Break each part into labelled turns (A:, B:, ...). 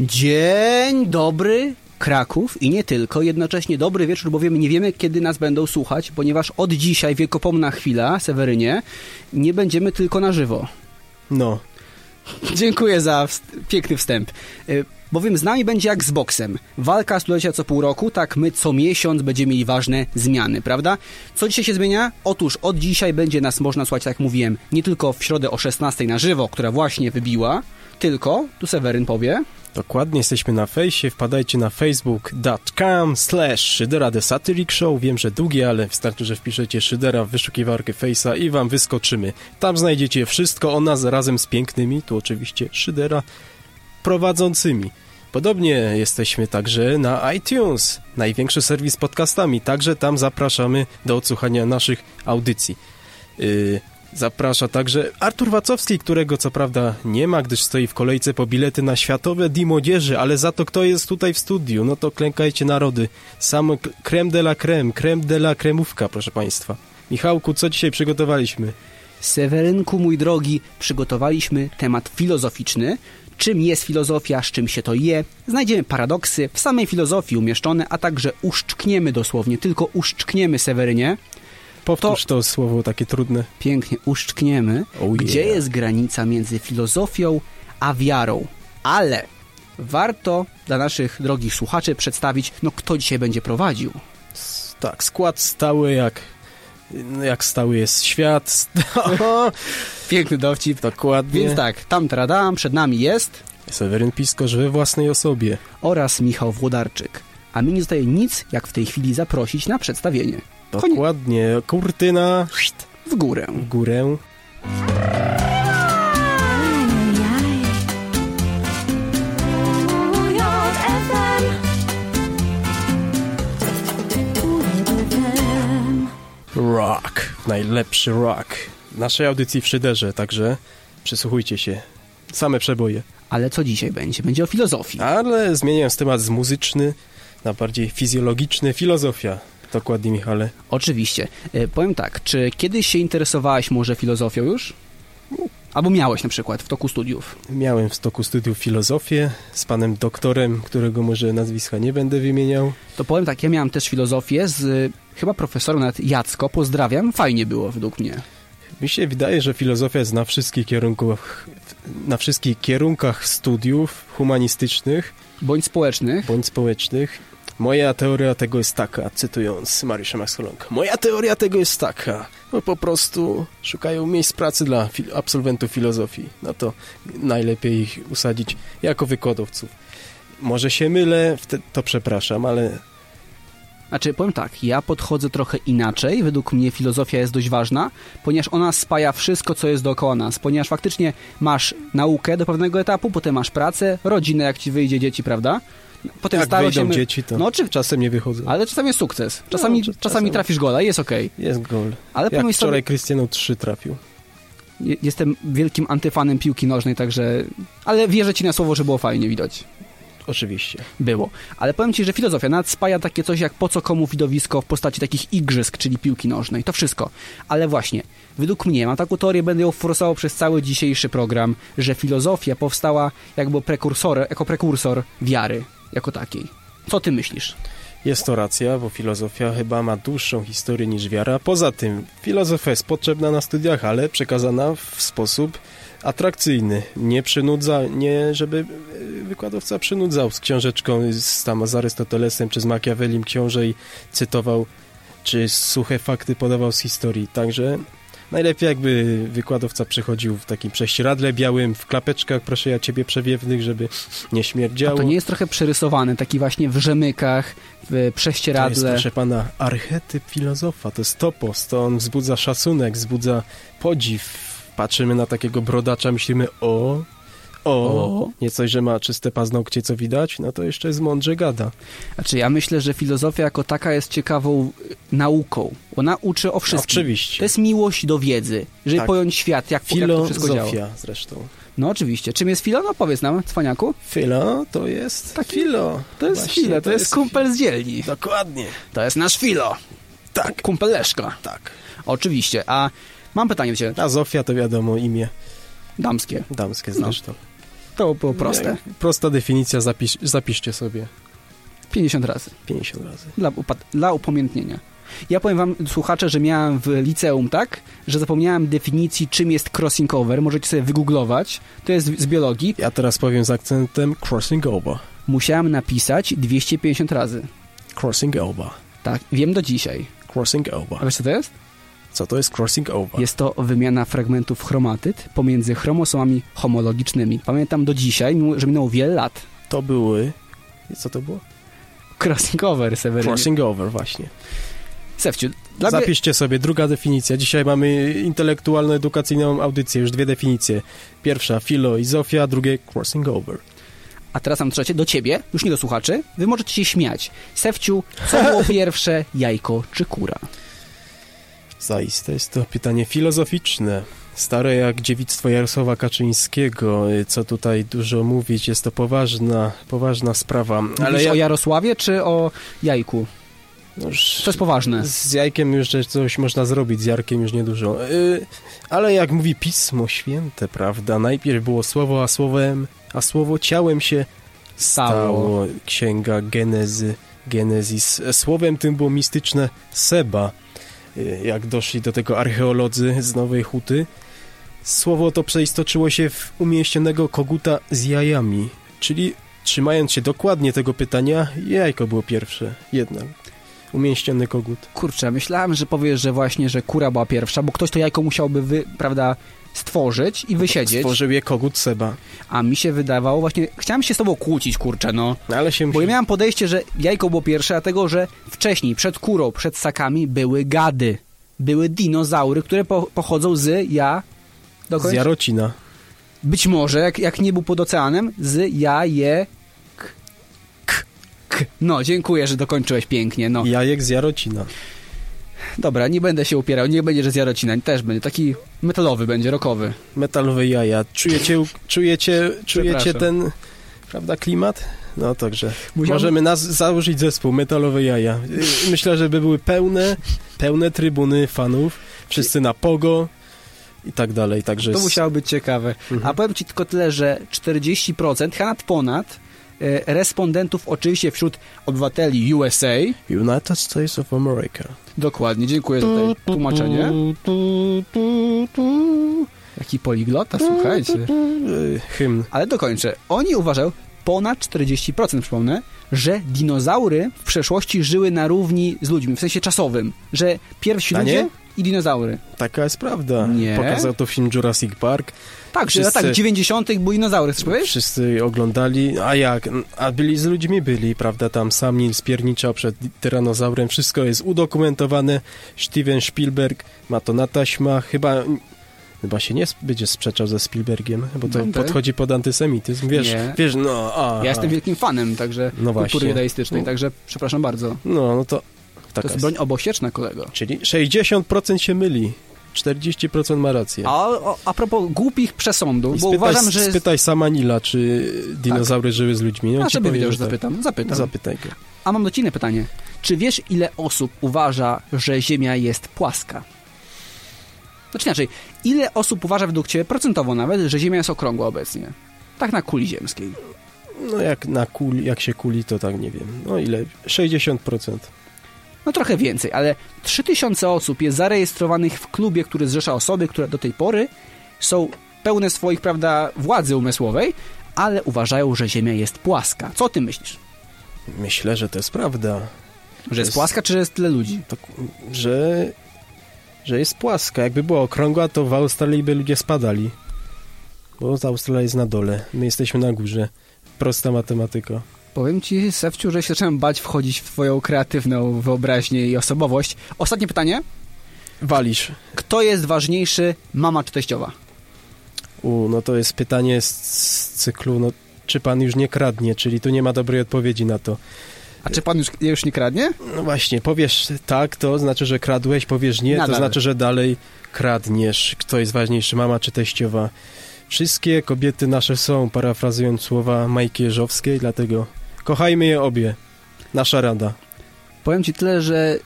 A: Dzień dobry Kraków i nie tylko, jednocześnie dobry wieczór, bowiem nie wiemy, kiedy nas będą słuchać, ponieważ od dzisiaj, wiekopomna chwila, Sewerynie, nie będziemy tylko na żywo.
B: No.
A: Dziękuję za wst- piękny wstęp. Y, Bowiem z nami będzie jak z boksem. Walka stulecia co pół roku, tak my co miesiąc będziemy mieli ważne zmiany, prawda? Co dzisiaj się zmienia? Otóż od dzisiaj będzie nas można słuchać, tak jak mówiłem, nie tylko w środę o 16 na żywo, która właśnie wybiła, tylko, tu Seweryn powie,
B: Dokładnie, jesteśmy na fejsie, wpadajcie na facebook.com slash Szydera The Satiric Show. Wiem, że długie, ale wystarczy, że wpiszecie Szydera w wyszukiwarkę fejsa i wam wyskoczymy. Tam znajdziecie wszystko o nas razem z pięknymi, tu oczywiście Szydera, prowadzącymi. Podobnie jesteśmy także na iTunes, największy serwis z podcastami. Także tam zapraszamy do odsłuchania naszych audycji. Yy, Zaprasza także Artur Wacowski, którego co prawda nie ma, gdyż stoi w kolejce po bilety na Światowe Dni Młodzieży, ale za to kto jest tutaj w studiu, no to klękajcie narody. Sam k- creme de la creme, creme de la kremówka, proszę Państwa. Michałku, co dzisiaj przygotowaliśmy?
A: Sewerynku, mój drogi, przygotowaliśmy temat filozoficzny. Czym jest filozofia, z czym się to je? Znajdziemy paradoksy w samej filozofii umieszczone, a także uszczkniemy dosłownie, tylko uszczkniemy Sewerynie.
B: Powtórz to, słowo takie trudne.
A: Pięknie uszczkniemy,
B: Oh yeah.
A: gdzie jest granica między filozofią a wiarą. Ale warto dla naszych drogich słuchaczy przedstawić, no kto dzisiaj będzie prowadził.
B: S- Tak, skład stały jak... Jak stały jest świat.
A: Piękny dowcip.
B: Dokładnie.
A: Więc tak, tam tradam, przed nami jest...
B: Seweryn Piskorz we własnej osobie.
A: oraz Michał Włodarczyk. A mi nie zostaje nic, jak w tej chwili zaprosić na przedstawienie. Koniec.
B: Dokładnie. Kurtyna
A: W górę.
B: w górę. Rock. Najlepszy rock. Naszej audycji w Szyderze, także przysłuchujcie się. Same przeboje.
A: Ale co dzisiaj będzie? Będzie o filozofii.
B: Tak. Ale zmieniałem temat z muzyczny na bardziej fizjologiczny. Filozofia. Dokładnie, Michale.
A: Oczywiście. E, powiem tak, czy kiedyś się interesowałeś może filozofią już? Albo miałeś na przykład w toku studiów.
B: Miałem w stoku studiów filozofię z panem doktorem, którego może nazwiska nie będę wymieniał.
A: To powiem tak, ja miałem też filozofię z y, chyba profesorem nawet Jacko. Pozdrawiam, fajnie było według mnie.
B: Mi się wydaje, że filozofia jest na wszystkich kierunkach, na wszystkich kierunkach studiów humanistycznych.
A: Bądź społecznych.
B: bądź społecznych. Moja teoria tego jest taka, cytując Mariusza Maxolonka. Moja teoria tego jest taka. No po prostu szukają miejsc pracy dla fil- absolwentów filozofii. No to najlepiej ich usadzić jako wykładowców. Może się mylę, wte- to przepraszam, ale
A: Znaczy, powiem tak, ja podchodzę trochę inaczej. Według mnie filozofia jest dość ważna, ponieważ ona spaja wszystko, co jest dookoła nas. Ponieważ faktycznie masz naukę do pewnego etapu, potem masz pracę, rodzinę, jak ci wyjdzie dzieci, prawda? Potem
B: jak
A: staro
B: wyjdą
A: my-
B: dzieci, to
A: No, czy...
B: czasem nie wychodzą.
A: Ale czasami jest sukces. Czasami,
B: No, czy-
A: czasami,
B: czasami.
A: trafisz gola i jest okej.
B: Jest gol.
A: Ale po
B: Jak
A: mojej
B: wczoraj
A: stronie
B: Krystianu 3 trafił.
A: je- jestem wielkim antyfanem piłki nożnej, także... Ale wierzę ci na słowo, że było fajnie widać.
B: Oczywiście.
A: Było. Ale powiem ci, że filozofia nawet spaja takie coś jak po co komu widowisko w postaci takich igrzysk, czyli piłki nożnej. To wszystko. Ale właśnie, według mnie, mam taką teorię, będę ją forsował przez cały dzisiejszy program, że filozofia powstała jakby prekursor, jako prekursor wiary, jako takiej. Co ty myślisz?
B: Jest to racja, bo filozofia chyba ma dłuższą historię niż wiara. Poza tym, filozofia jest potrzebna na studiach, ale przekazana w sposób atrakcyjny. Nie przynudza, nie żeby y, wykładowca przynudzał z książeczką z, tam, z Arystotelesem czy z Machiavellim książę i cytował, czy suche fakty podawał z historii. Także najlepiej jakby wykładowca przychodził w takim prześcieradle białym, w klapeczkach, proszę ja ciebie przewiewnych, żeby nie
A: A
B: śmierdziało.
A: to nie jest trochę przerysowany, taki właśnie w rzemykach, w
B: To jest,
A: prześcieradle.
B: proszę pana, archetyp filozofa, to jest topos, to on wzbudza szacunek, wzbudza podziw. Patrzymy na takiego brodacza, myślimy o, o,
A: O.
B: nie coś, że ma czyste paznokcie, co widać, no to jeszcze jest mądrze gada.
A: Znaczy, ja myślę, że filozofia jako taka jest ciekawą y, nauką. Ona uczy o wszystkim. To
B: Oczywiście,
A: jest miłość do wiedzy, żeby
B: Tak.
A: pojąć świat, jak, jak to wszystko działa.
B: filozofia zresztą.
A: No oczywiście. Czym jest filo? No powiedz nam, cwaniaku.
B: Filo to jest, tak, filo.
A: To jest
B: Właśnie,
A: filo, to, jest kumpel z dzielni.
B: Dokładnie,
A: To jest nasz filo.
B: tak,
A: Kumpel Leszka.
B: tak.
A: Oczywiście. A mam pytanie do ciebie,
B: A Zofia to wiadomo imię
A: damskie.
B: damskie
A: No.
B: zresztą.
A: To było proste.
B: Prosta definicja, zapisz, zapiszcie sobie
A: 50 razy.
B: 50 razy.
A: Dla, upad- dla upamiętnienia. Ja powiem wam, słuchacze, że miałem w liceum tak, że zapomniałem definicji, czym jest crossing over. Możecie sobie wygooglować. To jest z biologii.
B: Ja teraz powiem z akcentem crossing over.
A: Musiałem napisać 250 razy.
B: Crossing over.
A: Tak, wiem do dzisiaj.
B: Crossing
A: A
B: over.
A: wiesz co to jest?
B: Co to jest crossing over?
A: Jest to wymiana fragmentów chromatyt pomiędzy chromosomami homologicznymi. Pamiętam do dzisiaj, mimo że minęło wiele lat.
B: To były... Co to było?
A: Crossing over, Severin.
B: Crossing over, właśnie.
A: Sewciu, dla mnie...
B: Zapiszcie sobie, druga definicja. Dzisiaj mamy intelektualno-edukacyjną audycję, już dwie definicje. Pierwsza filo i zofia, drugie crossing over.
A: A teraz mam trzecie, do ciebie, już nie do słuchaczy. Wy możecie się śmiać. Sewciu, co było pierwsze, jajko czy kura?
B: Zaiste jest to pytanie filozoficzne. Stare jak dziewictwo Jarosława Kaczyńskiego, co tutaj dużo mówić, jest to poważna, poważna sprawa.
A: Ale
B: Ale ja,
A: o Jarosławie czy o jajku?
B: no już
A: To jest poważne.
B: z jajkiem już też coś można zrobić, z jarkiem już niedużo. Yy, ale jak mówi Pismo Święte, prawda, najpierw było słowo, a słowem, a słowo ciałem się
A: Stało.
B: stało księga Genezy, Genezis. Słowem tym było mistyczne Seba. Y, Jak doszli do tego archeolodzy z Nowej Huty, słowo to przeistoczyło się w umieścionego koguta z jajami. Czyli trzymając się dokładnie tego pytania, jajko było pierwsze, jednak. Umieściony kogut.
A: Kurczę, myślałem, że powiesz, że właśnie, że kura była pierwsza, bo ktoś to jajko musiałby, wy, prawda, stworzyć i wysiedzieć.
B: Stworzył je kogut Seba.
A: A mi się wydawało właśnie, chciałem się z tobą kłócić, kurczę, no.
B: Ale się
A: Bo ja
B: musi-
A: miałem podejście, że jajko było pierwsze, dlatego że wcześniej, przed kurą, przed ssakami były gady. Były dinozaury, które po, pochodzą z ja.
B: z
A: Dokończ?
B: Jarocina.
A: Być może, jak, jak nie był pod oceanem, z ja je. K, k, k. No, dziękuję, że dokończyłeś pięknie. No.
B: Jajek z Jarocina.
A: Dobra, nie będę się upierał, nie będzie, że z Jarocina, też będzie. Taki metalowy będzie, rokowy.
B: Metalowe jaja. Czujecie, czujecie, czujecie
A: Przepraszam.
B: ten, prawda, klimat? No także.
A: Musiałbym-
B: Możemy nas założyć zespół Metalowe Jaja. Y, Myślę, że by były pełne, pełne trybuny fanów. Wszyscy na pogo i tak dalej. Także
A: To
B: z-
A: musiało być ciekawe.
B: Mhm.
A: A powiem Ci tylko tyle, że 40%, chyba nawet ponad, e, respondentów oczywiście wśród obywateli USA.
B: United States of America.
A: Dokładnie, dziękuję za to tłumaczenie.
B: Tu, tu, tu.
A: Jaki poliglota, słuchajcie.
B: Y, Hymn.
A: Ale dokończę. Oni uważają, ponad 40% przypomnę, że dinozaury w przeszłości żyły na równi z ludźmi, w sensie czasowym. Że pierwsi
B: A
A: ludzie
B: nie?
A: i dinozaury.
B: Taka jest prawda.
A: Nie.
B: Pokazał to film Jurassic Park.
A: Tak, że
B: Wszyscy-
A: tak, 90. były dinozaury, chcesz powiedzieć?
B: Wszyscy oglądali, a jak? A byli z ludźmi, byli, prawda? Tam sam Nils pierniczał przed tyranozaurem, wszystko jest udokumentowane. Steven Spielberg ma to na taśmach, chyba... Chyba się nie sp- będzie sprzeczał ze Spielbergiem, bo to
A: Będę.
B: podchodzi pod antysemityzm, wiesz,
A: No, Nie.
B: wiesz, no, a,
A: Ja jestem wielkim fanem, także
B: No właśnie.
A: kultury judaistycznej,
B: No.
A: także przepraszam bardzo.
B: no, no to
A: To
B: taka
A: jest
B: jest.
A: broń obosieczna, kolego.
B: Czyli 60% się myli, 40% ma rację.
A: A, o- a propos głupich przesądów,
B: I
A: bo
B: spytaj,
A: uważam, że... Tak.
B: spytaj sama Nila, czy dinozaury żyły z ludźmi. No,
A: A
B: ci
A: sobie
B: powie,
A: wiedział,
B: że
A: że
B: tak.
A: zapytam. Zapytam.
B: Zapytaj go.
A: A mam do Ciebie pytanie. Czy wiesz, ile osób uważa, że Ziemia jest płaska? Znaczy inaczej, ile osób uważa według Ciebie, procentowo nawet, że Ziemia jest okrągła obecnie? Tak na kuli ziemskiej.
B: No jak, na kuli, jak się kuli, to tak nie wiem. No ile? 60%.
A: No trochę więcej, ale 3000 osób jest zarejestrowanych w klubie, który zrzesza osoby, które do tej pory są pełne swoich, prawda, władzy umysłowej, ale uważają, że Ziemia jest płaska. Co Ty myślisz?
B: Myślę, że to jest prawda.
A: Że jest
B: jest-
A: płaska, czy że jest tyle ludzi?
B: To, ku- że, że jest płaska. Jakby była okrągła, to w Australii by ludzie spadali. Bo Australia jest na dole. My jesteśmy na górze. Prosta matematyka.
A: Powiem ci, Sewciu, że się zacząłem bać wchodzić w twoją kreatywną wyobraźnię i osobowość. Ostatnie pytanie.
B: Walisz.
A: Kto jest ważniejszy, mama czy teściowa?
B: U, no to jest pytanie z, z cyklu, no, czy pan już nie kradnie, czyli tu nie ma dobrej odpowiedzi na to.
A: A czy pan już, już nie kradnie?
B: No właśnie, powiesz tak, to znaczy, że kradłeś, powiesz nie,
A: Nadal.
B: to znaczy, że dalej kradniesz. Kto jest ważniejszy, mama czy teściowa? Wszystkie kobiety nasze są, parafrazując słowa Majki Jeżowskiej, dlatego kochajmy je obie. Nasza rada.
A: Powiem ci tyle, że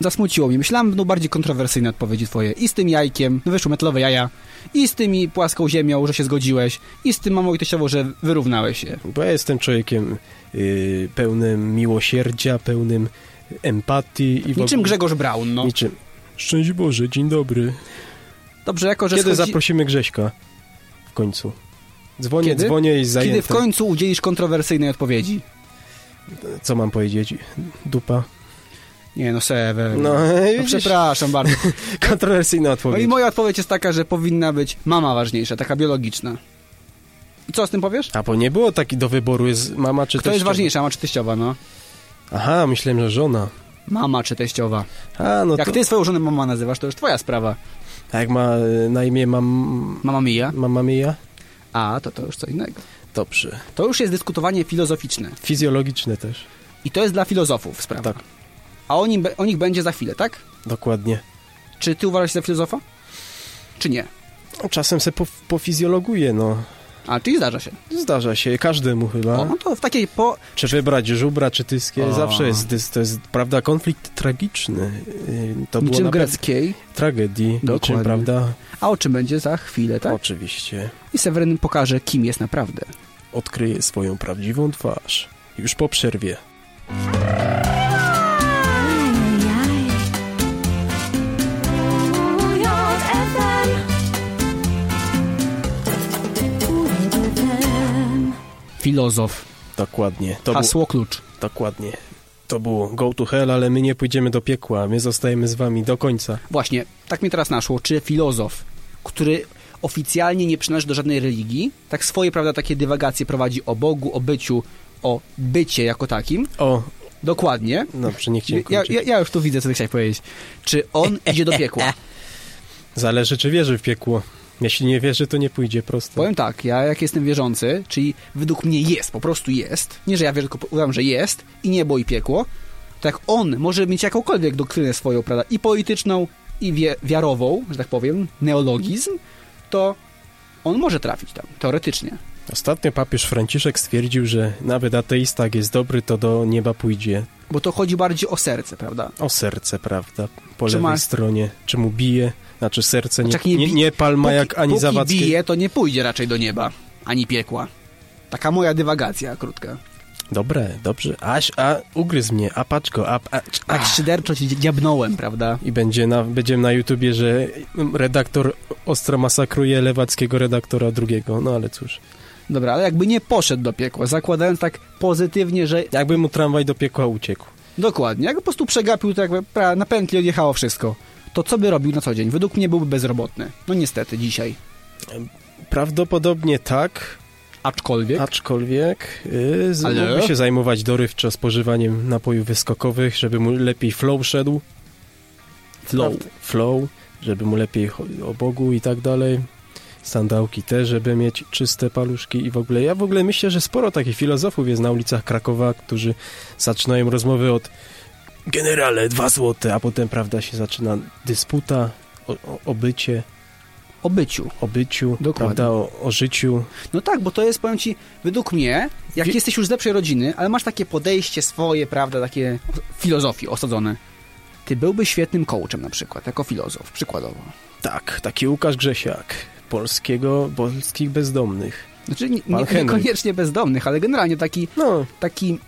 A: Zasmuciło mnie. Myślałem, będą bardziej kontrowersyjne odpowiedzi twoje. I z tym jajkiem, no wyszły metalowe jaja. I z tymi płaską ziemią, że się zgodziłeś. I z tym mamą i teściową, że wyrównałeś się.
B: Bo ja jestem człowiekiem y, pełnym miłosierdzia, pełnym empatii i w
A: Niczym
B: ogóle-
A: Grzegorz Braun, no.
B: Niczym. Szczęść Boże, dzień dobry.
A: Dobrze, jako że
B: Kiedy
A: schodzi...
B: zaprosimy Grześka? W końcu. Dzwonię,
A: Kiedy?
B: dzwonię i zajęty.
A: Kiedy w końcu udzielisz kontrowersyjnej odpowiedzi?
B: Co mam powiedzieć? Dupa.
A: Nie, no sewe.
B: No,
A: no
B: widzisz,
A: przepraszam bardzo.
B: kontrowersyjna
A: No i
B: odpowiedź.
A: moja odpowiedź jest taka, że powinna być mama ważniejsza, taka biologiczna. I co z tym powiesz?
B: A bo nie było taki do wyboru, jest mama czy
A: Kto jest
B: teściowa?
A: ważniejsza, mama czy teściowa, no?
B: Aha, myślałem, że żona.
A: Mama czy teściowa.
B: A, no
A: Jak
B: to,
A: ty swoją żonę mama nazywasz, to już twoja sprawa.
B: a jak ma e, na imię mam...
A: Mama mija,
B: Mama mija?
A: a to to już co innego.
B: Dobrze.
A: To już jest dyskutowanie filozoficzne.
B: Fizjologiczne też.
A: I to jest dla filozofów sprawa.
B: Tak,
A: A o, nim, be- o nich będzie za chwilę, tak?
B: dokładnie.
A: Czy ty uważasz się za filozofa? Czy nie?
B: No, Czasem se po, pofizjologuję, no.
A: A, czyli zdarza się.
B: Zdarza się, każdemu chyba.
A: O, no to w takiej po...
B: Czy wybrać żubra, czy tyskie?
A: O.
B: Zawsze jest, dys- to jest, prawda, konflikt tragiczny. Yy, To było
A: niczym
B: na pe-
A: greckiej.
B: tragedii,
A: Dokładnie.
B: niczym, prawda?
A: A o czym będzie za chwilę, tak?
B: Oczywiście.
A: I Seweryn pokaże, kim jest naprawdę.
B: Odkryje swoją prawdziwą twarz. Już po przerwie.
A: Filozof.
B: Dokładnie. To
A: Hasło klucz.
B: Było, dokładnie. To było Go to Hell, ale my nie pójdziemy do piekła. My zostajemy z wami do końca.
A: Właśnie, tak mi teraz naszło, czy filozof, który oficjalnie nie przynależy do żadnej religii, tak swoje, prawda, takie dywagacje prowadzi o Bogu, o byciu, o bycie jako takim,
B: O, no,
A: dokładnie.
B: dobrze, nie chciałem
A: Ja,
B: kończyć.
A: ja, ja już tu widzę, co ty chciałeś powiedzieć. Czy on idzie do piekła?
B: Zależy, czy wierzy w piekło. Jeśli nie wierzy, to nie pójdzie prosto.
A: Powiem tak, ja jak jestem wierzący, czyli według mnie jest, po prostu jest, nie, że ja wierzę, tylko uważam, że jest i niebo i piekło, tak on może mieć jakąkolwiek doktrynę swoją, prawda, i polityczną, i wie, wiarową, że tak powiem, neologizm, to on może trafić tam, teoretycznie.
B: Ostatnio papież Franciszek stwierdził, że nawet ateista, jak jest dobry, to do nieba pójdzie.
A: Bo to chodzi bardziej o serce, prawda?
B: O serce, prawda? Po
A: Czy
B: lewej
A: ma-
B: stronie. Czy mu bije? Znaczy serce nie,
A: Znaczy, jak
B: nie,
A: nie
B: nie,
A: bi-
B: palma jak ani
A: póki
B: zawadzkie.
A: bije, to nie pójdzie raczej do nieba, ani piekła. Taka moja dywagacja krótka.
B: Dobre, dobrze. Aś, a ugryzł mnie, a patrz go, a, a, a,
A: Tak szyderczo ci dziabnąłem, prawda?
B: I będzie na, będziemy na YouTubie, że redaktor ostro masakruje lewackiego redaktora drugiego. No ale cóż.
A: Dobra, ale jakby nie poszedł do piekła, zakładając tak pozytywnie, że
B: Jakby mu tramwaj do piekła uciekł.
A: Dokładnie, jak po prostu przegapił, to jakby pra, na pętli odjechało wszystko. To co by robił na co dzień? Według mnie byłby bezrobotny. No niestety, dzisiaj.
B: Prawdopodobnie tak,
A: Aczkolwiek.
B: aczkolwiek yy, z-
A: Ale?
B: mógłby się zajmować dorywczo spożywaniem napojów wyskokowych, żeby mu lepiej flow szedł.
A: Flow.
B: Prawda? Flow, żeby mu lepiej cho- o Bogu i tak dalej. Sandałki też, żeby mieć czyste paluszki i w ogóle. Ja w ogóle myślę, że sporo takich filozofów jest na ulicach Krakowa, którzy zaczynają rozmowy od generale, dwa złote, a potem, prawda, się zaczyna dysputa o, o, o bycie,
A: o byciu.
B: o byciu,
A: Dokładnie.
B: prawda, o, o życiu.
A: No tak, bo to jest, powiem ci, według mnie, jak
B: Wie-
A: jesteś już z lepszej rodziny, ale masz takie podejście swoje, prawda, takie o- filozofii osadzone, ty byłbyś świetnym coachem na przykład, jako filozof, przykładowo.
B: Tak, taki Łukasz Grzesiak, polskiego, polskich bezdomnych.
A: Znaczy, nie,
B: Pan
A: nie,
B: Henryk.
A: niekoniecznie bezdomnych, ale generalnie taki,
B: No,
A: taki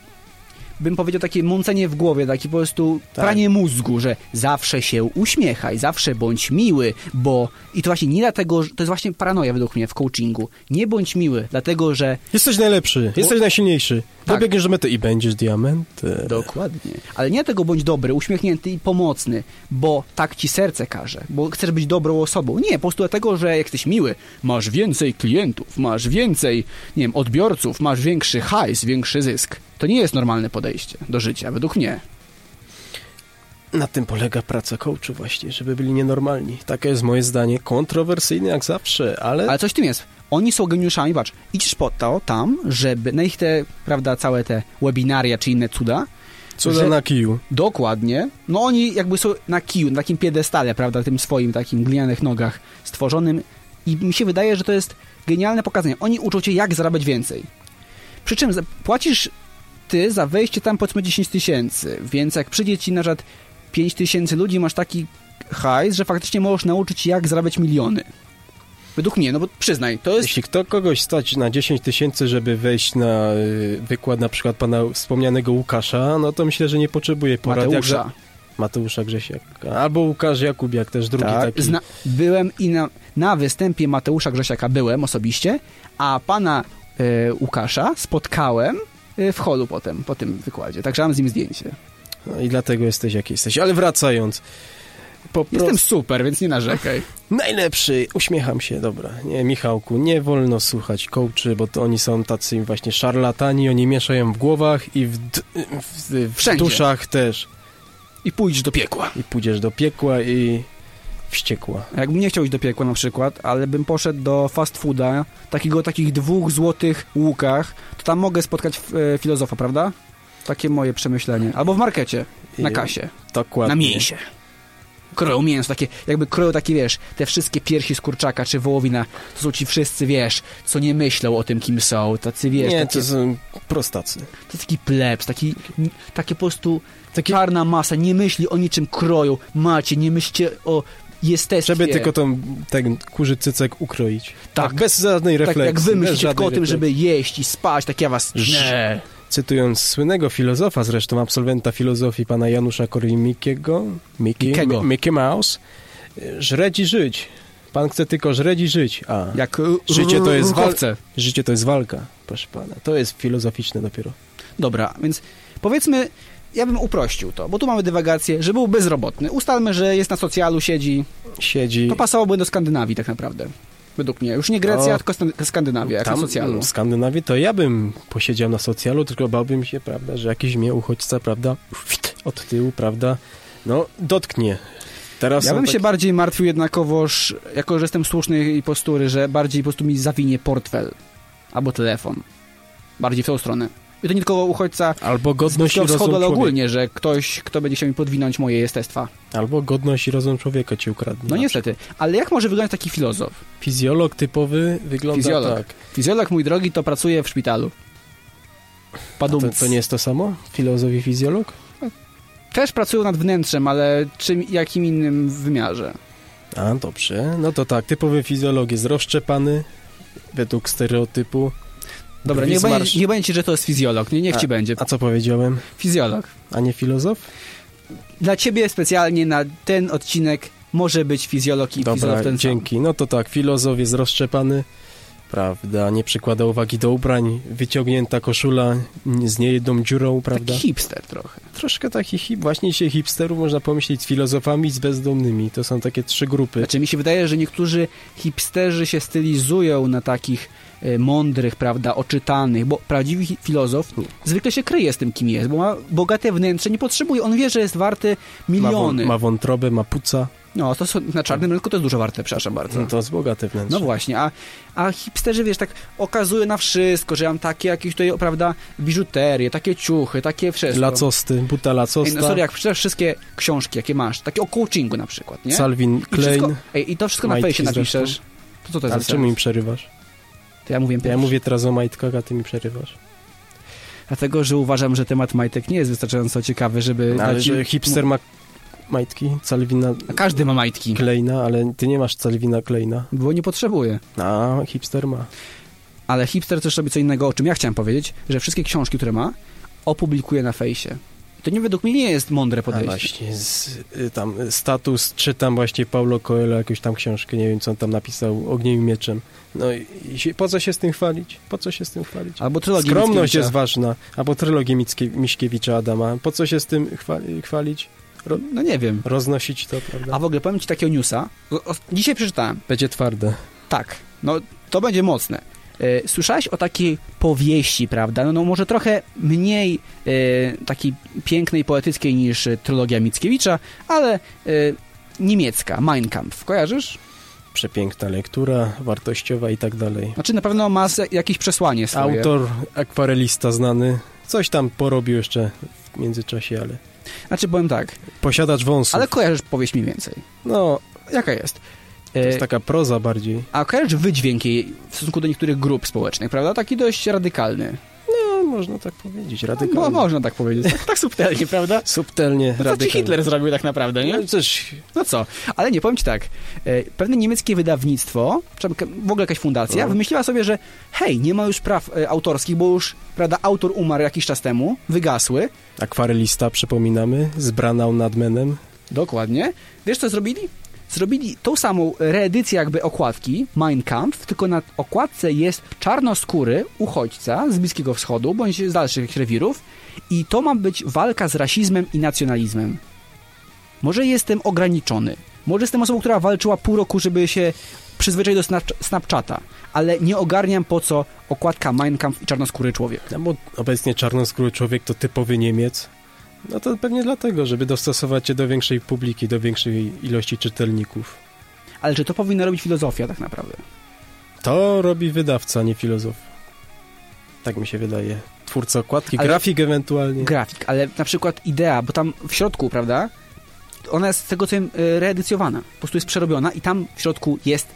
A: bym powiedział, takie mącenie w głowie, takie po prostu
B: Tak.
A: pranie mózgu, że zawsze się uśmiechaj, zawsze bądź miły, bo... I to właśnie nie dlatego, że... To jest właśnie paranoja według mnie w coachingu. Nie bądź miły, dlatego że...
B: jesteś najlepszy, jesteś najsilniejszy.
A: Tak.
B: Dobiegniesz do mety i będziesz diamentem.
A: Dokładnie. Ale nie dlatego bądź dobry, uśmiechnięty i pomocny, bo tak ci serce każe, bo chcesz być dobrą osobą. Nie, po prostu dlatego, że jak jesteś miły, masz więcej klientów, masz więcej, nie wiem, odbiorców, masz większy hajs, większy zysk. To nie jest normalne podejście do życia, według mnie.
B: Na tym polega praca coachu właśnie, żeby byli nienormalni. Takie jest moje zdanie, kontrowersyjne jak zawsze, ale...
A: Ale coś w tym jest. Oni są geniuszami, patrz, idziesz po to tam, żeby na ich te, prawda, całe te webinaria czy inne cuda,
B: Co
A: że-
B: za na kiju.
A: dokładnie, no oni jakby są na kiju, na takim piedestale, prawda, tym swoim takim glinianych nogach stworzonym i mi się wydaje, że to jest genialne pokazanie. Oni uczą cię, jak zarabiać więcej. Przy czym za- płacisz ty za wejście tam powiedzmy 10 tysięcy, więc jak przyjdzie ci na przykład 5 tysięcy ludzi masz taki hajs, że faktycznie możesz nauczyć jak zarabiać miliony. Według mnie, no bo przyznaj, to jest...
B: Jeśli kto kogoś stać na 10 tysięcy, żeby wejść na y, wykład na przykład pana wspomnianego Łukasza, no to myślę, że nie potrzebuje porad. jak
A: Mateusza.
B: za- Mateusza Grzesiaka. Albo Łukasz Jakubiak, też drugi taki.
A: Tak, Zna- byłem i na, na występie Mateusza Grzesiaka byłem osobiście, a pana e, Łukasza spotkałem e, w holu potem, po tym wykładzie. Także mam z nim zdjęcie.
B: No I dlatego jesteś jak jesteś. Ale wracając. Po prostu
A: Jestem super, więc nie narzekaj.
B: najlepszy, uśmiecham się, dobra. Nie, Michałku, nie wolno słuchać coachy, bo to oni są tacy właśnie szarlatani, oni mieszają w głowach i w, d- w, w
A: Wszędzie.
B: duszach też.
A: I pójdziesz do piekła.
B: I pójdziesz do piekła i wściekła.
A: Jakbym nie chciał iść do piekła na przykład, ale bym poszedł do fast fooda, takiego takich dwóch złotych łukach, to tam mogę spotkać e, filozofa, prawda? Takie moje przemyślenie. Albo w markecie, na
B: I-
A: kasie,
B: Dokładnie.
A: na mięsie. Kroją mięso, takie, jakby kroją takie, wiesz, te wszystkie piersi z kurczaka czy wołowina, to są ci wszyscy, wiesz, co nie myślą o tym, kim są, tacy, wiesz,
B: Nie,
A: tacy,
B: to są prostacy.
A: to taki plebs, taki, takie po prostu
B: Takie-
A: czarna masa, nie myśli o niczym kroju, macie, nie myślcie o jestestwie.
B: Żeby tylko tą, ten kurzy cycek ukroić.
A: Tak.
B: Bez żadnej
A: Tak
B: refleksji.
A: jak wy
B: bez
A: myślicie tylko
B: żadnej
A: o tym,
B: refleksji.
A: żeby jeść i spać, tak ja was...
B: Ż-
A: Nie.
B: Cytując słynnego filozofa, zresztą absolwenta filozofii, pana Janusza Korwin-Mikkego, Mickey,
A: Mikkego.
B: M- Mickey Mouse, y, żredzi żyć. Pan chce tylko żredzi żyć, a
A: Jak y,
B: Życie to jest
A: walce.
B: życie to jest walka, proszę pana. To jest filozoficzne dopiero.
A: Dobra, więc powiedzmy, ja bym uprościł to, bo tu mamy dywagację, że był bezrobotny. Ustalmy, że jest na socjalu, siedzi.
B: Siedzi...
A: To pasowałoby do Skandynawii tak naprawdę. Według mnie. Już nie Grecja,
B: No.
A: tylko Skan- Skandynawia, jak na socjalu.
B: w Skandynawii to ja bym posiedział na socjalu, tylko bałbym się, prawda, że jakiś mnie uchodźca, prawda, od tyłu, prawda, no, dotknie. Teraz
A: Ja
B: są
A: bym
B: takie-
A: się bardziej martwił jednakowoż, jako że jestem słuszny i postury, że bardziej po prostu mi zawinie portfel albo telefon. Bardziej w tą stronę. I to nie tylko uchodźca
B: Albo
A: z
B: godność i
A: Bliskiego
B: rozum
A: Wschodu, ale
B: człowieka.
A: ogólnie, że ktoś, kto będzie chciał mi podwinąć moje jestestwa.
B: Albo godność i rozum człowieka ci ukradnie.
A: No niestety. Ale jak może wyglądać taki filozof?
B: Fizjolog typowy wygląda
A: Fizjolog.
B: tak.
A: Fizjolog, mój drogi, to pracuje w szpitalu.
B: A to,
A: Padum.
B: to nie jest to samo? Filozof i fizjolog?
A: Też pracują nad wnętrzem, ale czym, jakim innym wymiarze?
B: A, dobrze. No to tak, typowy fizjolog jest rozszczepany według stereotypu.
A: Dobra,
B: Brwi
A: niech
B: z
A: będzie,
B: marszu.
A: niech będzie, że to jest fizjolog. Nie, niech ci będzie.
B: A co powiedziałem?
A: Fizjolog.
B: A nie filozof?
A: Dla ciebie specjalnie na ten odcinek może być fizjolog i
B: Dobra,
A: fizjolog ten
B: dzięki. No to tak, filozof jest rozszczepany. Prawda, nie przykłada uwagi do ubrań, wyciągnięta koszula n- z niejedną dziurą,
A: sam.
B: prawda?
A: Taki Tak hipster trochę.
B: Troszkę takich hip, właśnie się hipsterów można pomyśleć z filozofami i z bezdomnymi. To są takie trzy grupy.
A: Znaczy mi się wydaje, że niektórzy hipsterzy się stylizują na takich e, mądrych, prawda, oczytanych, bo prawdziwy hi- filozof zwykle się kryje z tym, kim jest, bo ma bogate wnętrze, nie potrzebuje, on wie, że jest warty
B: Ma, wą-
A: miliony.
B: ma wątrobę, ma puca.
A: No, to są, na czarnym rynku to jest dużo warte, przepraszam bardzo.
B: No to jest bogate wnętrze.
A: No właśnie, a, a hipsterzy, wiesz, tak okazują na wszystko, że ja mam takie jakieś tutaj, prawda, biżuterie, takie ciuchy, takie wszystko.
B: Lacosty, buta
A: Ej,
B: lacosta,
A: no sorry, jak przeczytasz wszystkie książki, jakie masz, takie o coachingu na przykład, nie?
B: Salvin
A: I, wszystko,
B: Klein.
A: ej, I to wszystko na
B: Majtki
A: fejsie
B: zresztą.
A: napiszesz. To co to
B: Ale
A: jest za
B: czemu
A: sens?
B: mi przerywasz?
A: To ja mówię
B: Ja
A: pierwszy.
B: mówię teraz o majtkach, a ty mi przerywasz.
A: Dlatego, że uważam, że temat majtek nie jest wystarczająco ciekawy, żeby...
B: No, Ale
A: dać-
B: że hipster ma majtki, Calvina
A: No, Każdy ma majtki,
B: Kleina, ale ty nie masz Calvina Kleina.
A: bo nie potrzebuje.
B: A, hipster ma.
A: Ale hipster też robi co innego, o czym ja chciałem powiedzieć, że wszystkie książki, które ma, opublikuje na fejsie. To nie według mnie nie jest mądre
B: A
A: podejście.
B: właśnie, z, y, tam y, status, czytam właśnie Paulo Coelho, jakąś tam książkę, nie wiem co on tam napisał, Ogniem i Mieczem. No i, i się, po co się z tym chwalić? Po co się z tym chwalić?
A: Albo trylogię
B: Skromność
A: Mickiewicza.
B: jest ważna, albo trylogię Mickie, Miśkiewicza Adama. Po co się z tym chwali, chwalić?
A: No nie wiem.
B: Roznosić to, prawda?
A: A w ogóle powiem ci takiego newsa. O- o- Dzisiaj przeczytałem.
B: Będzie twarde.
A: Tak. No to będzie mocne. E, Słyszałeś o takiej powieści, prawda? No, no może trochę mniej e, takiej pięknej, poetyckiej niż e, trylogia Mickiewicza, ale e, niemiecka, Mein Kampf. Kojarzysz?
B: Przepiękna lektura, wartościowa i tak dalej.
A: Znaczy na pewno ma se- jakieś przesłanie swoje.
B: Autor, akwarelista znany, coś tam porobił jeszcze w międzyczasie, ale
A: Znaczy powiem tak,
B: posiadacz wąsów.
A: ale kojarzysz powieść mniej więcej.
B: No,
A: Jaka jest?
B: to
A: E,
B: jest tak- taka proza bardziej.
A: A kojarzysz wydźwięk jej w stosunku do niektórych grup społecznych, prawda? Taki dość radykalny.
B: No, Można tak powiedzieć,
A: No,
B: radykalnie.
A: można tak powiedzieć. Tak, tak subtelnie, prawda?
B: Subtelnie,
A: No co ci
B: radykalnie.
A: Hitler zrobił tak naprawdę, nie?
B: No, coś,
A: No co? Ale nie, powiem ci tak. e, Pewne niemieckie wydawnictwo, czy tam w ogóle jakaś fundacja,
B: No.
A: wymyśliła sobie, że hej, nie ma już praw e, autorskich, bo już, prawda, autor umarł jakiś czas temu, wygasły.
B: akwarelista, przypominamy, z Branau nad Menem.
A: Dokładnie. Wiesz, co zrobili? Zrobili tą samą reedycję jakby okładki Mein Kampf, tylko na okładce jest czarnoskóry uchodźca z Bliskiego Wschodu bądź z dalszych jakichś rewirów i to ma być walka z rasizmem i nacjonalizmem. Może jestem ograniczony, może jestem osobą, która walczyła pół roku, żeby się przyzwyczaić do Snapch- Snapchata, ale nie ogarniam po co okładka Mein Kampf i czarnoskóry człowiek.
B: No bo obecnie czarnoskóry człowiek to typowy Niemiec. No to pewnie dlatego, żeby dostosować się do większej publiki, do większej ilości czytelników.
A: Ale czy to powinna robić filozofia tak naprawdę?
B: To robi wydawca, nie filozof. Tak mi się wydaje. Twórca okładki,
A: Ale-
B: grafik ewentualnie.
A: grafik, ale na przykład idea, bo tam w środku, prawda? Ona jest z tego co wiem y, reedycjowana, po prostu jest przerobiona i tam w środku jest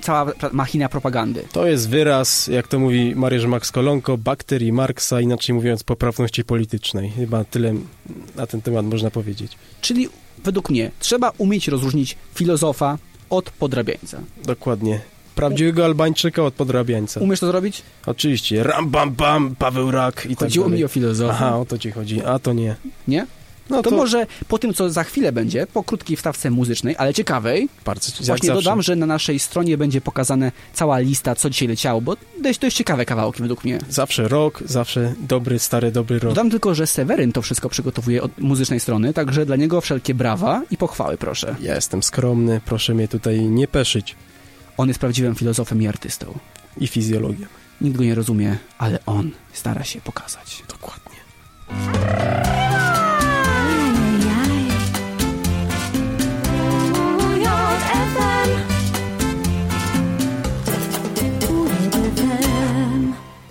A: cała pra- machina propagandy.
B: To jest wyraz, jak to mówi Mariusz Max Kolonko, bakterii Marksa, inaczej mówiąc poprawności politycznej. Chyba tyle na ten temat można powiedzieć.
A: Czyli według mnie trzeba umieć rozróżnić filozofa od podrabiańca.
B: Dokładnie. Prawdziwego Albańczyka od podrabiańca.
A: Umiesz to zrobić?
B: Oczywiście. Ram, bam, bam, Paweł Rak i
A: Chodziło
B: tak dalej.
A: mi o filozofa,
B: Aha, o to ci chodzi, a to nie.
A: nie?
B: No
A: No. To,
B: to,
A: może po tym, co za chwilę będzie, po krótkiej wstawce muzycznej, ale ciekawej,
B: bardzo jak
A: właśnie
B: zawsze.
A: dodam, że na naszej stronie będzie pokazane cała lista, co dzisiaj leciało, bo dość, dość ciekawe kawałki według mnie.
B: Zawsze rok, zawsze dobry, stary, dobry rok.
A: Dodam tylko, że Seweryn to wszystko przygotowuje od muzycznej strony, także dla niego wszelkie brawa i pochwały, proszę.
B: Ja jestem skromny, proszę mnie tutaj nie peszyć.
A: On jest prawdziwym filozofem i artystą.
B: I fizjologię.
A: Nikt go nie rozumie, ale on stara się pokazać.
B: Dokładnie.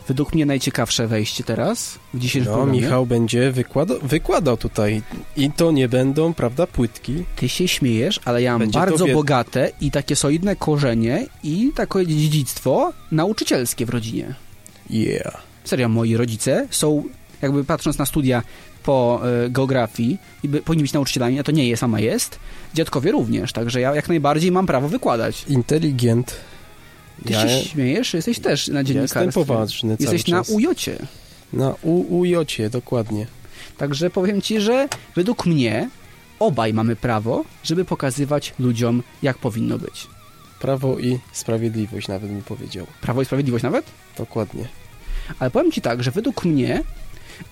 A: Według mnie najciekawsze wejście teraz w dzisiejszym
B: No,
A: programie.
B: Michał będzie wykłada wykładał tutaj. I to nie będą, prawda, płytki.
A: Ty się śmiejesz, ale ja mam
B: Będzie to
A: bardzo
B: wie-
A: bogate i takie solidne korzenie i takie dziedzictwo nauczycielskie w rodzinie.
B: Yeah.
A: Serio, moi rodzice są, jakby patrząc na studia po e, geografii, i by- powinni być nauczycielami, a to nie jest, a ma jest. Dziadkowie również, także ja jak najbardziej mam prawo wykładać.
B: Inteligent.
A: Ty się śmiejesz, jesteś też na
B: ja
A: dziennikarstwie.
B: jestem poważny cały
A: Jesteś na
B: czas.
A: ujocie.
B: na UUJ, dokładnie.
A: Także powiem ci, że według mnie obaj mamy prawo, żeby pokazywać ludziom, jak powinno być.
B: Prawo i sprawiedliwość nawet mi powiedział.
A: Prawo i Sprawiedliwość nawet?
B: Dokładnie.
A: Ale powiem ci tak, że według mnie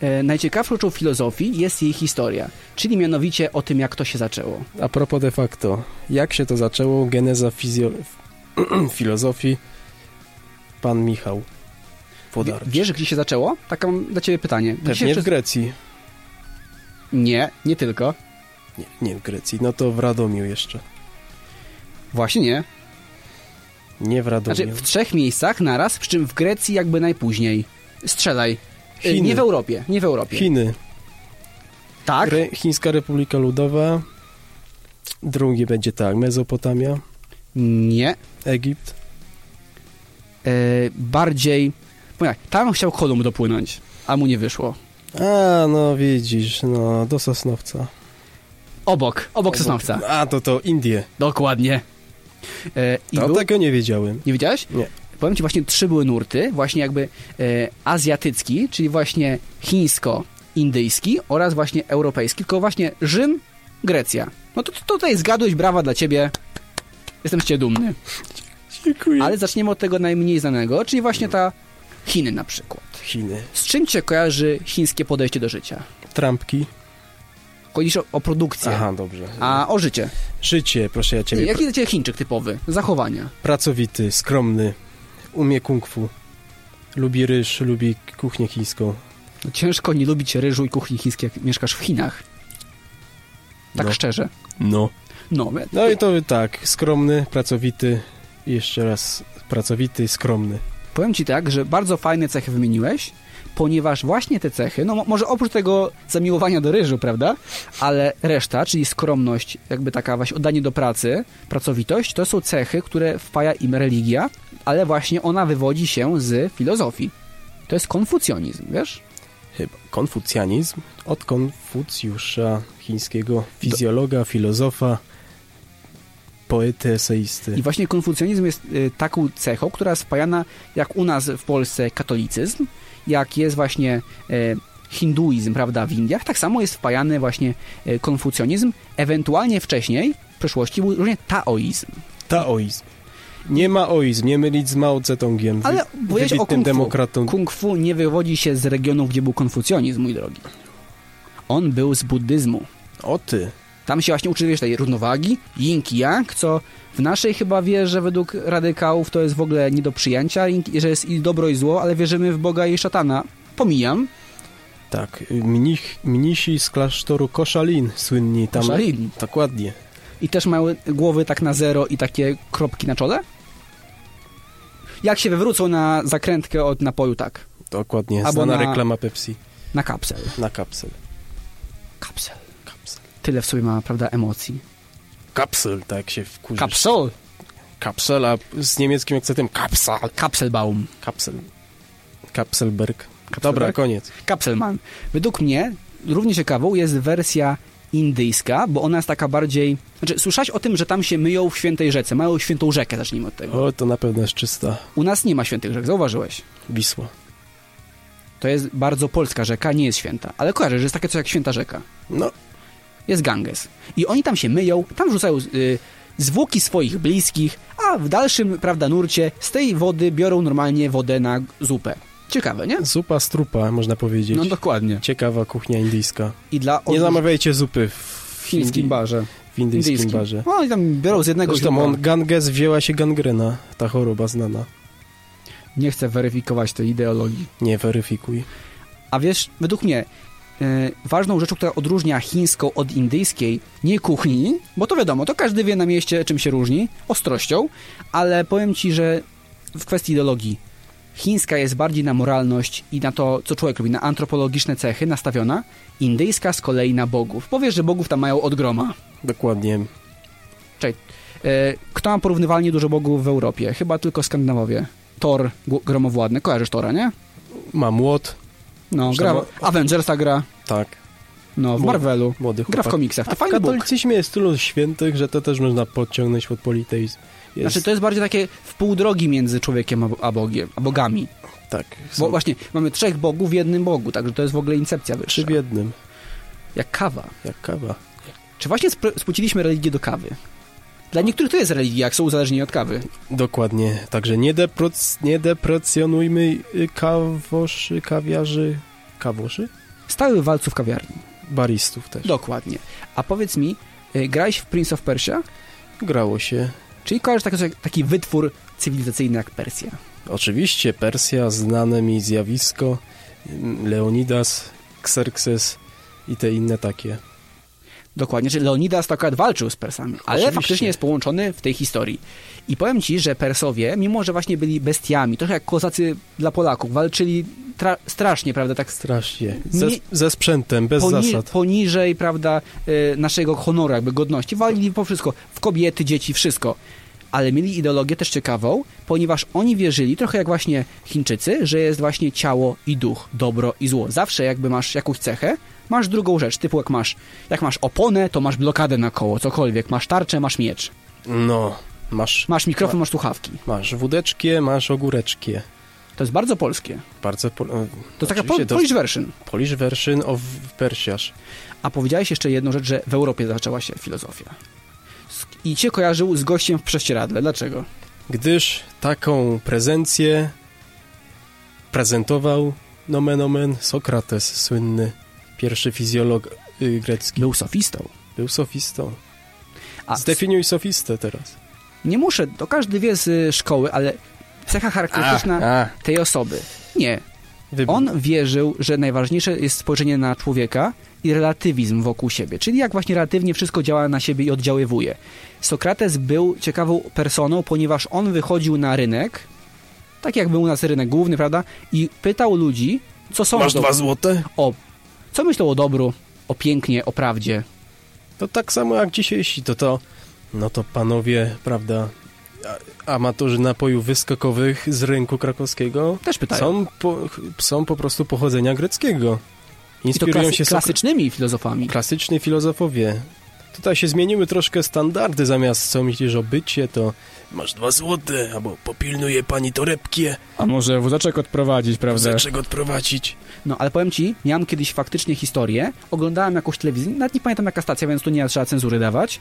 A: e, najciekawszą rzeczą filozofii jest jej historia, czyli mianowicie o tym, jak to się zaczęło.
B: A propos de facto, jak się to zaczęło, geneza fizjo... filozofii, pan Michał Podarczyk.
A: Wie- Wiesz, gdzie się zaczęło? Takie mam dla ciebie pytanie. Gdzie się
B: Pewnie w
A: przez-
B: Grecji.
A: Nie, nie tylko.
B: Nie, nie w Grecji, no to w Radomiu jeszcze.
A: Właśnie nie.
B: Nie w Radomiu.
A: Znaczy w trzech miejscach naraz, przy czym w Grecji jakby najpóźniej. Strzelaj. E,
B: Chiny.
A: Nie w Europie, nie w Europie.
B: Chiny.
A: Tak?
B: Re... Chińska Republika Ludowa. Drugi będzie tak, Mezopotamia,
A: Nie.
B: Egipt.
A: E, bardziej... Powiem tak, tam chciał Kolumb dopłynąć, a mu nie wyszło.
B: A, no widzisz, no, do Sosnowca.
A: Obok, obok, Sosnowca.
B: A, to to Indie.
A: Dokładnie. E, I
B: No To
A: był...
B: tego nie wiedziałem.
A: Nie widziałeś?
B: Nie.
A: Powiem ci, właśnie trzy były nurty, właśnie jakby e, azjatycki, czyli właśnie chińsko-indyjski oraz właśnie europejski, tylko właśnie Rzym, Grecja. No to, to tutaj zgadłeś, brawa dla ciebie. Jestem z ciebie dumny.
B: Dziękuję.
A: Ale zaczniemy od tego najmniej znanego, czyli właśnie ta Chiny na przykład.
B: Chiny.
A: Z czym cię kojarzy chińskie podejście do życia?
B: Trampki.
A: Chodzisz o, o produkcję,
B: Aha, dobrze.
A: a o życie.
B: Życie, proszę ja ciebie.
A: Jaki dla ciebie Chińczyk typowy? Zachowania.
B: Pracowity, skromny, umie kung fu. Lubi ryż, lubi kuchnię chińską.
A: No Ciężko nie lubić ryżu i kuchni chińskiej, jak mieszkasz w Chinach. Tak
B: No.
A: szczerze.
B: No.
A: No,
B: No i to tak, skromny, pracowity i jeszcze raz pracowity, skromny.
A: Powiem Ci tak, że bardzo fajne cechy wymieniłeś, ponieważ właśnie te cechy, no mo- może oprócz tego zamiłowania do ryżu, prawda? Ale reszta, czyli skromność, jakby taka właśnie oddanie do pracy, pracowitość, to są cechy, które wpaja im religia, ale właśnie ona wywodzi się z filozofii. To jest konfucjonizm, wiesz?
B: Chyba. Konfucjanizm od Konfucjusza, chińskiego fizjologa, filozofa, poety, eseisty.
A: I właśnie konfucjonizm jest y, taką cechą, która jest wpajana jak u nas w Polsce katolicyzm, jak jest właśnie y, hinduizm, prawda, w Indiach, tak samo jest wpajany właśnie y, konfucjonizm, ewentualnie wcześniej, w przeszłości był również taoizm.
B: Taoizm. Nie maoizm, nie mylić z Mao Zedongiem,
A: Ale
B: wy-
A: powiedziałeś o
B: wybitnym
A: kung fu.
B: demokratą.
A: Kung fu nie wywodzi się z regionów, gdzie był konfucjonizm, mój drogi. On był z buddyzmu.
B: O ty,
A: Tam się właśnie uczy, wiesz, tej równowagi, yin i yang, co w naszej chyba wierze według radykałów to jest w ogóle nie do przyjęcia, yin, że jest i dobro i zło, ale wierzymy w Boga i szatana. Pomijam.
B: tak, mnich, mnisi z klasztoru Koszalin, słynni tam.
A: Koszalin.
B: Dokładnie.
A: I też mają głowy tak na zero i takie kropki na czole? Jak się wywrócą na zakrętkę od napoju, tak.
B: Dokładnie,
A: Albo
B: znana
A: na-
B: reklama Pepsi
A: Na kapsel.
B: na kapsel.
A: Kapsel.
B: Kapsel.
A: Tyle w sobie ma, prawda, emocji.
B: Kapsel, tak się wkurzysz.
A: Kapsel.
B: Kapsela z niemieckim akcentem kapsal.
A: Kapselbaum.
B: Kapsel. Kapselberg.
A: Kapselberg?
B: Dobra, koniec.
A: Kapselman. Według mnie równie ciekawą jest wersja indyjska, bo ona jest taka bardziej... Znaczy, słyszałeś o tym, że tam się myją w świętej rzece. Mają świętą rzekę, zacznijmy od tego.
B: O, to na pewno jest czysta
A: U nas nie ma świętych rzek, zauważyłeś.
B: Wisła.
A: To jest bardzo polska rzeka, nie jest święta. Ale kojarzę, że jest takie coś jak święta rzeka.
B: No,
A: Jest Ganges. I oni tam się myją, tam rzucają y, zwłoki swoich bliskich, a w dalszym, prawda, nurcie z tej wody biorą normalnie wodę na zupę. Ciekawe, nie?
B: zupa z trupa, można powiedzieć.
A: No dokładnie.
B: Ciekawa kuchnia indyjska.
A: I dla
B: Nie
A: odróż-
B: zamawiajcie zupy w,
A: w chińskim
B: Indi-
A: barze.
B: W indyjskim, barze.
A: No i tam biorą z jednego
B: Zresztą
A: źródła.
B: on, Ganges wzięła się gangrena, ta choroba znana.
A: Nie chcę weryfikować tej ideologii.
B: Nie weryfikuj.
A: A wiesz, według mnie e, ważną rzeczą, która odróżnia chińską od indyjskiej, nie kuchni, bo to wiadomo, to każdy wie na mieście, czym się różni, ostrością, ale powiem ci, że w kwestii ideologii chińska jest bardziej na moralność i na to, co człowiek robi, na antropologiczne cechy nastawiona, indyjska z kolei na bogów. Powiesz, że bogów tam mają od groma.
B: Dokładnie.
A: Czekaj, e, kto ma porównywalnie dużo bogów w Europie? Chyba tylko Skandynawowie. Thor, gł- gromowładny. Kojarzysz Tora, nie?
B: Ma młot,
A: No,
B: Zresztą
A: gra...
B: bo-
A: Avengersa gra,
B: tak.
A: no, w
B: Bo-
A: Marvelu.
B: Młody chłopak.
A: Gra w komiksach. To
B: A w
A: fajny Bóg.
B: katolicyzmie jest tylu świętych, że to też można podciągnąć pod politeizm. Jest,
A: Znaczy, to jest bardziej takie w pół drogi między człowiekiem a, a Bogiem, a bogami.
B: tak, są
A: Bo właśnie mamy trzech bogów w jednym Bogu, także to jest w ogóle incepcja wyższa.
B: trzy w jednym,
A: Jak kawa.
B: jak kawa.
A: Czy właśnie sp- spłuciliśmy religię do kawy? Dla niektórych to jest religia, jak są uzależnieni od kawy.
B: Dokładnie, także nie, deproc, nie deprecjonujmy y, kawoszy, kawiarzy, kawoszy?
A: Stały walców kawiarni.
B: Baristów też.
A: Dokładnie. A powiedz mi, y, grałeś w Prince of Persia?
B: Grało się.
A: Czyli kojarzysz taki, taki wytwór cywilizacyjny jak Persja.
B: Oczywiście Persja, znane mi zjawisko, ym, Leonidas, Xerxes i te inne takie.
A: Dokładnie, czyli Leonidas to akurat walczył z Persami, ale
B: Oczywiście.
A: faktycznie jest połączony w tej historii. I powiem ci, że Persowie, mimo że właśnie byli bestiami, trochę jak kozacy dla Polaków, walczyli tra- strasznie, prawda, tak
B: Strasznie. Ze,
A: Nie-
B: ze sprzętem, bez
A: poni-
B: zasad.
A: poniżej, prawda, y, naszego honoru, jakby godności. Walili po wszystko, w kobiety, dzieci, wszystko. Ale mieli ideologię też ciekawą, ponieważ oni wierzyli, trochę jak właśnie Chińczycy, że jest właśnie ciało i duch, dobro i zło. Zawsze jakby masz jakąś cechę, masz drugą rzecz, typu jak masz, jak masz oponę, to masz blokadę na koło, cokolwiek, masz tarczę, masz miecz,
B: No, masz,
A: masz mikrofon, masz słuchawki.
B: masz wódeczkie, masz ogóreczkie.
A: To jest bardzo polskie.
B: Bardzo po, e,
A: To taka po,
B: oczywiście to
A: Polish version.
B: Polish version of Persiasz.
A: A powiedziałeś jeszcze jedną rzecz, że w Europie zaczęła się filozofia. Z- I cię kojarzył z gościem w prześcieradle. Dlaczego?
B: Gdyż taką prezencję prezentował nomen omen Sokrates, słynny pierwszy fizjolog y, grecki.
A: Był sofistą.
B: Był sofistą.
A: A
B: Zdefiniuj sofistę teraz.
A: nie muszę, to każdy wie z y, szkoły, ale cecha charakterystyczna
B: a.
A: tej osoby. Nie.
B: Wybór.
A: On wierzył, że najważniejsze jest spojrzenie na człowieka i relatywizm wokół siebie, czyli jak właśnie relatywnie wszystko działa na siebie i oddziaływuje. Sokrates był ciekawą personą, ponieważ on wychodził na rynek, tak jakby u nas rynek główny, prawda, i pytał ludzi, co są
B: Masz dwa złote?
A: o co myślą o dobru, o pięknie, o prawdzie.
B: To tak samo jak dzisiejsi, to to, no to panowie, prawda, a- amatorzy napojów wyskakowych z rynku krakowskiego
A: Też pytają.
B: są po, są po prostu pochodzenia greckiego.
A: I to
B: Inspirują
A: klasy,
B: się klasy...
A: klasycznymi filozofami.
B: klasyczni filozofowie. Tutaj się zmieniły troszkę standardy, zamiast co myślisz o bycie, to masz dwa złote, albo popilnuje pani torebkę,
C: A może wózeczek odprowadzić, prawda?
B: dlaczego odprowadzić?
A: No, ale powiem ci, miałem kiedyś faktycznie historię, oglądałem jakąś telewizję, nawet nie pamiętam jaka stacja, więc tu nie trzeba cenzury dawać,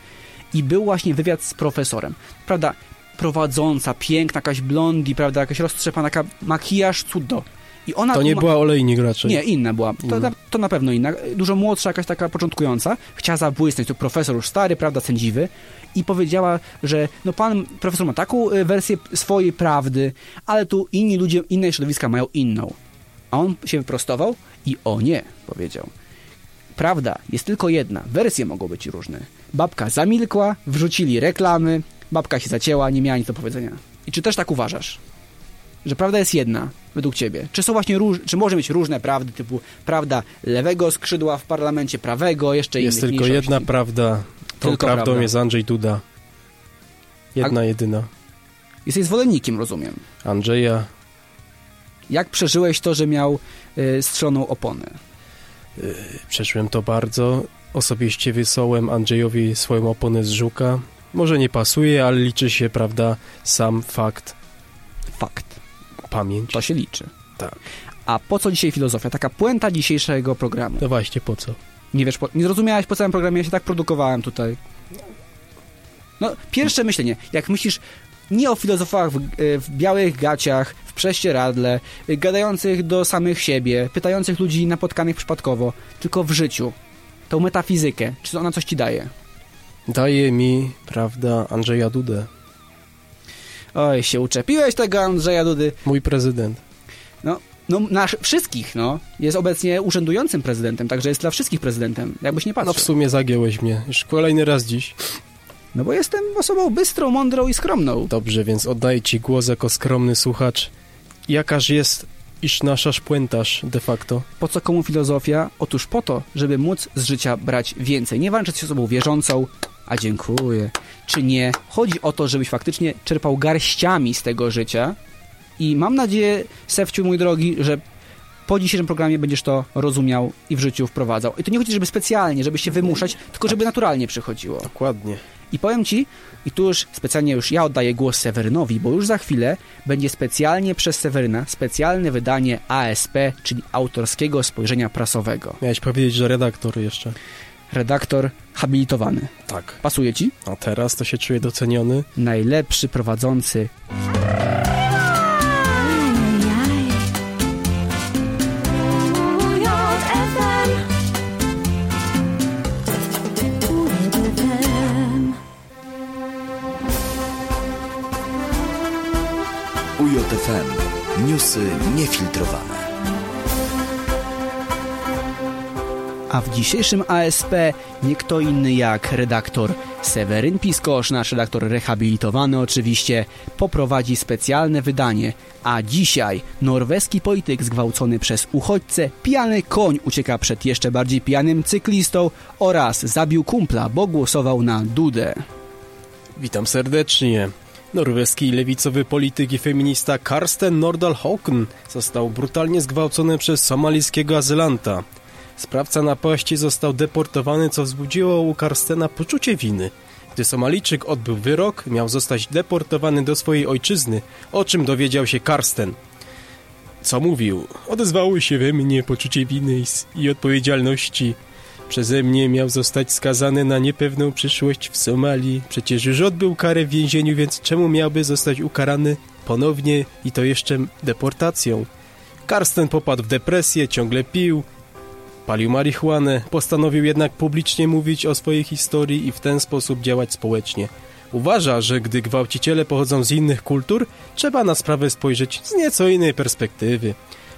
A: i był właśnie wywiad z profesorem. Prawda, prowadząca, piękna, jakaś blondi, prawda, jakaś roztrzepana, ka- makijaż, cudo. I ona
B: To nie
A: tłuma-
B: była olejnik raczej.
A: Nie, inna była. To,
B: Inna.
A: na- to na pewno inna. Dużo młodsza, jakaś taka początkująca. Chciała zabłysnąć, to profesor już stary, prawda, sędziwy. I powiedziała, że no pan profesor ma taką y, wersję swojej prawdy, ale tu inni ludzie, inne środowiska mają inną. A on się wyprostował i o nie, powiedział. Prawda jest tylko jedna, wersje mogą być różne. Babka zamilkła, wrzucili reklamy, babka się zacięła, nie miała nic do powiedzenia. I czy też tak uważasz? że prawda jest jedna według ciebie. Czy są właśnie róż, czy może mieć różne prawdy, typu prawda lewego skrzydła w parlamencie, prawego, jeszcze
B: Jest
A: innych
B: tylko
A: mniejszości?
B: jedna prawda. Tą
A: Tylko
B: prawdą
A: prawda.
B: jest Andrzej Duda. Jedna, jedyna.
A: Jesteś zwolennikiem, rozumiem.
B: Andrzeja.
A: Jak przeżyłeś to, że miał y, strzoną oponę?
B: Przeszłem to bardzo. Osobiście wysłałem Andrzejowi swoją oponę z Żuka. Może nie pasuje, ale liczy się, prawda, sam fakt,
A: Fakt.
B: pamięć.
A: To się liczy.
B: Tak.
A: A po co dzisiaj filozofia? Taka puenta dzisiejszego programu.
B: No właśnie, po co?
A: Nie wiesz, po, nie zrozumiałeś po całym programie, ja się tak produkowałem tutaj. No, pierwsze myślenie. Jak myślisz nie o filozofach w, e, w białych gaciach, w prześcieradle, e, gadających do samych siebie, pytających ludzi napotkanych przypadkowo, tylko w życiu. Tą metafizykę. Czy ona coś ci daje?
B: Daje mi, prawda, Andrzeja Dudę.
A: Oj, się uczepiłeś tego Andrzeja Dudy.
B: Mój prezydent.
A: No, nasz wszystkich, no. Jest obecnie urzędującym prezydentem, także jest dla wszystkich prezydentem. Jakbyś nie
B: No w
A: patrzył.
B: sumie zagięłeś mnie. Już kolejny raz dziś.
A: No bo jestem osobą bystrą, mądrą i skromną.
B: Dobrze, więc oddaję ci głos jako skromny słuchacz. Jakaż jest, iż nasza szpuentaż de facto?
A: Po co komu filozofia? Otóż po to, żeby móc z życia brać więcej. Nie walczyć z osobą wierzącą, a dziękuję, czy nie. Chodzi o to, żebyś faktycznie czerpał garściami z tego życia. I mam nadzieję, Sewciu, mój drogi, że po dzisiejszym programie będziesz to rozumiał i w życiu wprowadzał. I to nie chodzi, żeby specjalnie, żeby się wymuszać, tylko żeby naturalnie przychodziło.
B: Dokładnie.
A: I powiem ci, i tu już specjalnie już ja oddaję głos Sewerynowi, bo już za chwilę będzie specjalnie przez Seweryna specjalne wydanie ASP, czyli autorskiego spojrzenia prasowego.
B: Miałeś powiedzieć, że redaktor jeszcze.
A: Redaktor habilitowany.
B: Tak.
A: Pasuje ci?
B: A teraz to się czuję doceniony.
A: Najlepszy prowadzący.
D: UJFM. Newsy niefiltrowane.
A: A w dzisiejszym ASP nie kto inny jak redaktor Seweryn Piskosz, nasz redaktor rehabilitowany oczywiście, poprowadzi specjalne wydanie. A dzisiaj norweski polityk zgwałcony przez uchodźcę, pijany koń ucieka przed jeszcze bardziej pijanym cyklistą oraz zabił kumpla, bo głosował na Dudę.
B: Witam serdecznie. Norweski lewicowy polityk i feminista Karsten Nordahl Hauken został brutalnie zgwałcony przez somalijskiego azylanta. Sprawca napaści został deportowany, co wzbudziło u Karstena poczucie winy. Gdy Somalijczyk odbył wyrok, miał zostać deportowany do swojej ojczyzny, o czym dowiedział się Karsten. Co mówił? Odezwało się we mnie poczucie winy i, s- i odpowiedzialności. Przeze mnie miał zostać skazany na niepewną przyszłość w Somalii. Przecież już odbył karę w więzieniu, więc czemu miałby zostać ukarany ponownie i to jeszcze deportacją? Karsten popadł w depresję, ciągle pił, palił marihuanę, postanowił jednak publicznie mówić o swojej historii i w ten sposób działać społecznie. Uważa, że gdy gwałciciele pochodzą z innych kultur, trzeba na sprawę spojrzeć z nieco innej perspektywy.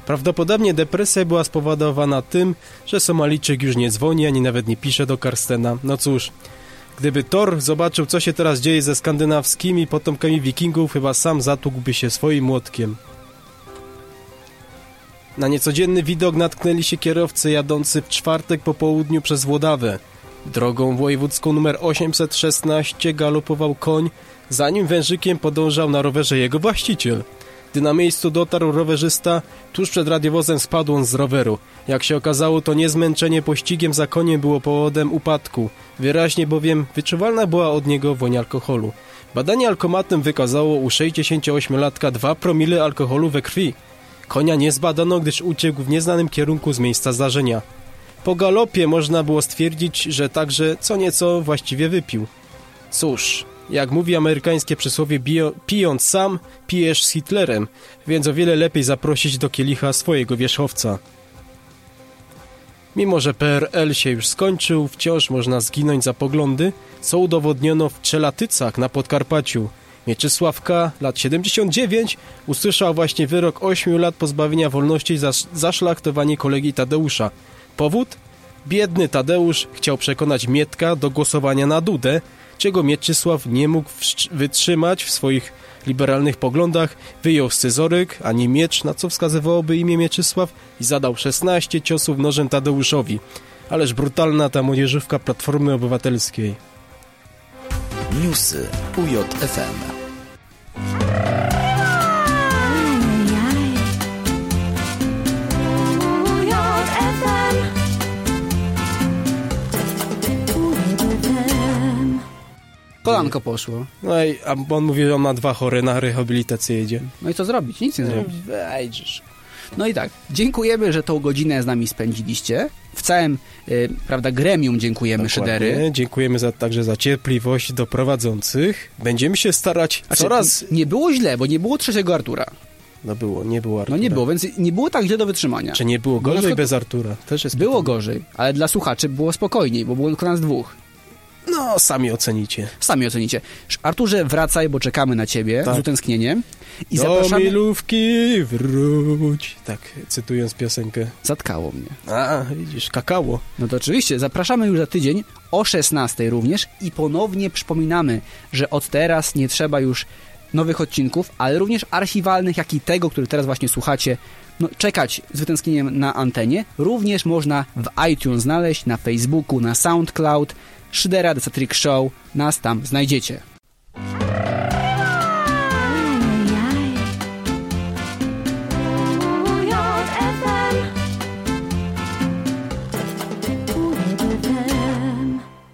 B: Prawdopodobnie depresja była spowodowana tym, że Somalijczyk już nie dzwoni ani nawet nie pisze do Karstena. No cóż, gdyby Thor zobaczył, co się teraz dzieje ze skandynawskimi potomkami Wikingów, chyba sam zatłukłby się swoim młotkiem. Na niecodzienny widok natknęli się kierowcy jadący w czwartek po południu przez Włodawę. Drogą wojewódzką numer 816 galopował koń, za nim wężykiem podążał na rowerze jego właściciel. Gdy na miejscu dotarł rowerzysta, tuż przed radiowozem spadł on z roweru. Jak się okazało, to nie zmęczenie pościgiem za koniem było powodem upadku. Wyraźnie bowiem wyczuwalna była od niego woń alkoholu. Badanie alkomatem wykazało u 68-latka 2 promile alkoholu we krwi. Konia nie zbadano, gdyż uciekł w nieznanym kierunku z miejsca zdarzenia. Po galopie można było stwierdzić, że także co nieco właściwie wypił. Cóż, jak mówi amerykańskie przysłowie bio, pijąc sam, pijesz z Hitlerem, więc o wiele lepiej zaprosić do kielicha swojego wierzchowca. Mimo, że PRL się już skończył, wciąż można zginąć za poglądy, co udowodniono w Czelatycach na Podkarpaciu. Mieczysławka, lat 79, usłyszał właśnie wyrok 8 lat pozbawienia wolności za zaszlachtowanie kolegi Tadeusza. Powód? Biedny Tadeusz chciał przekonać Mietka do głosowania na Dudę, czego Mieczysław nie mógł wstrz- wytrzymać w swoich liberalnych poglądach, wyjął scyzoryk, a nie miecz, na co wskazywałoby imię Mieczysław i zadał 16 ciosów nożem Tadeuszowi. Ależ brutalna ta młodzieżówka Platformy Obywatelskiej.
D: Newsy UJFM.
A: Kolanko poszło.
B: No i a on mówi, że on ma dwa chore, na rehabilitację jedzie.
A: No i co zrobić? Nic nie zrobić.
B: Wejdziesz.
A: No i tak, dziękujemy, że tą godzinę z nami spędziliście. W całym, y, prawda, gremium dziękujemy Szydery.
B: Dziękujemy za, także za cierpliwość do prowadzących. Będziemy się starać
A: Znaczy,
B: coraz...
A: Nie było źle, bo nie było trzeciego Artura.
B: No było, nie było Artura.
A: No nie było, więc nie było tak źle do wytrzymania.
B: Czy nie było
A: Bo na
B: gorzej
A: przykład-
B: bez Artura? Też jest
A: Było gorzej, ale dla słuchaczy było spokojniej, bo było tylko nas dwóch.
B: No, sami ocenicie.
A: Sami ocenicie. Sz- Arturze, wracaj, bo czekamy na ciebie
B: Tak.
A: z utęsknieniem. I
B: Do
A: zapraszamy...
B: milówki wróć. Tak, cytując piosenkę.
A: Zatkało mnie.
B: A, widzisz, kakao.
A: No to oczywiście, zapraszamy już za tydzień o 16 również i ponownie przypominamy, że od teraz nie trzeba już nowych odcinków, ale również archiwalnych, jak i tego, który teraz właśnie słuchacie, no, czekać z wytęsknieniem na antenie. Również można w iTunes znaleźć, na Facebooku, na SoundCloud, Szydera The Satiric Show, nas tam znajdziecie.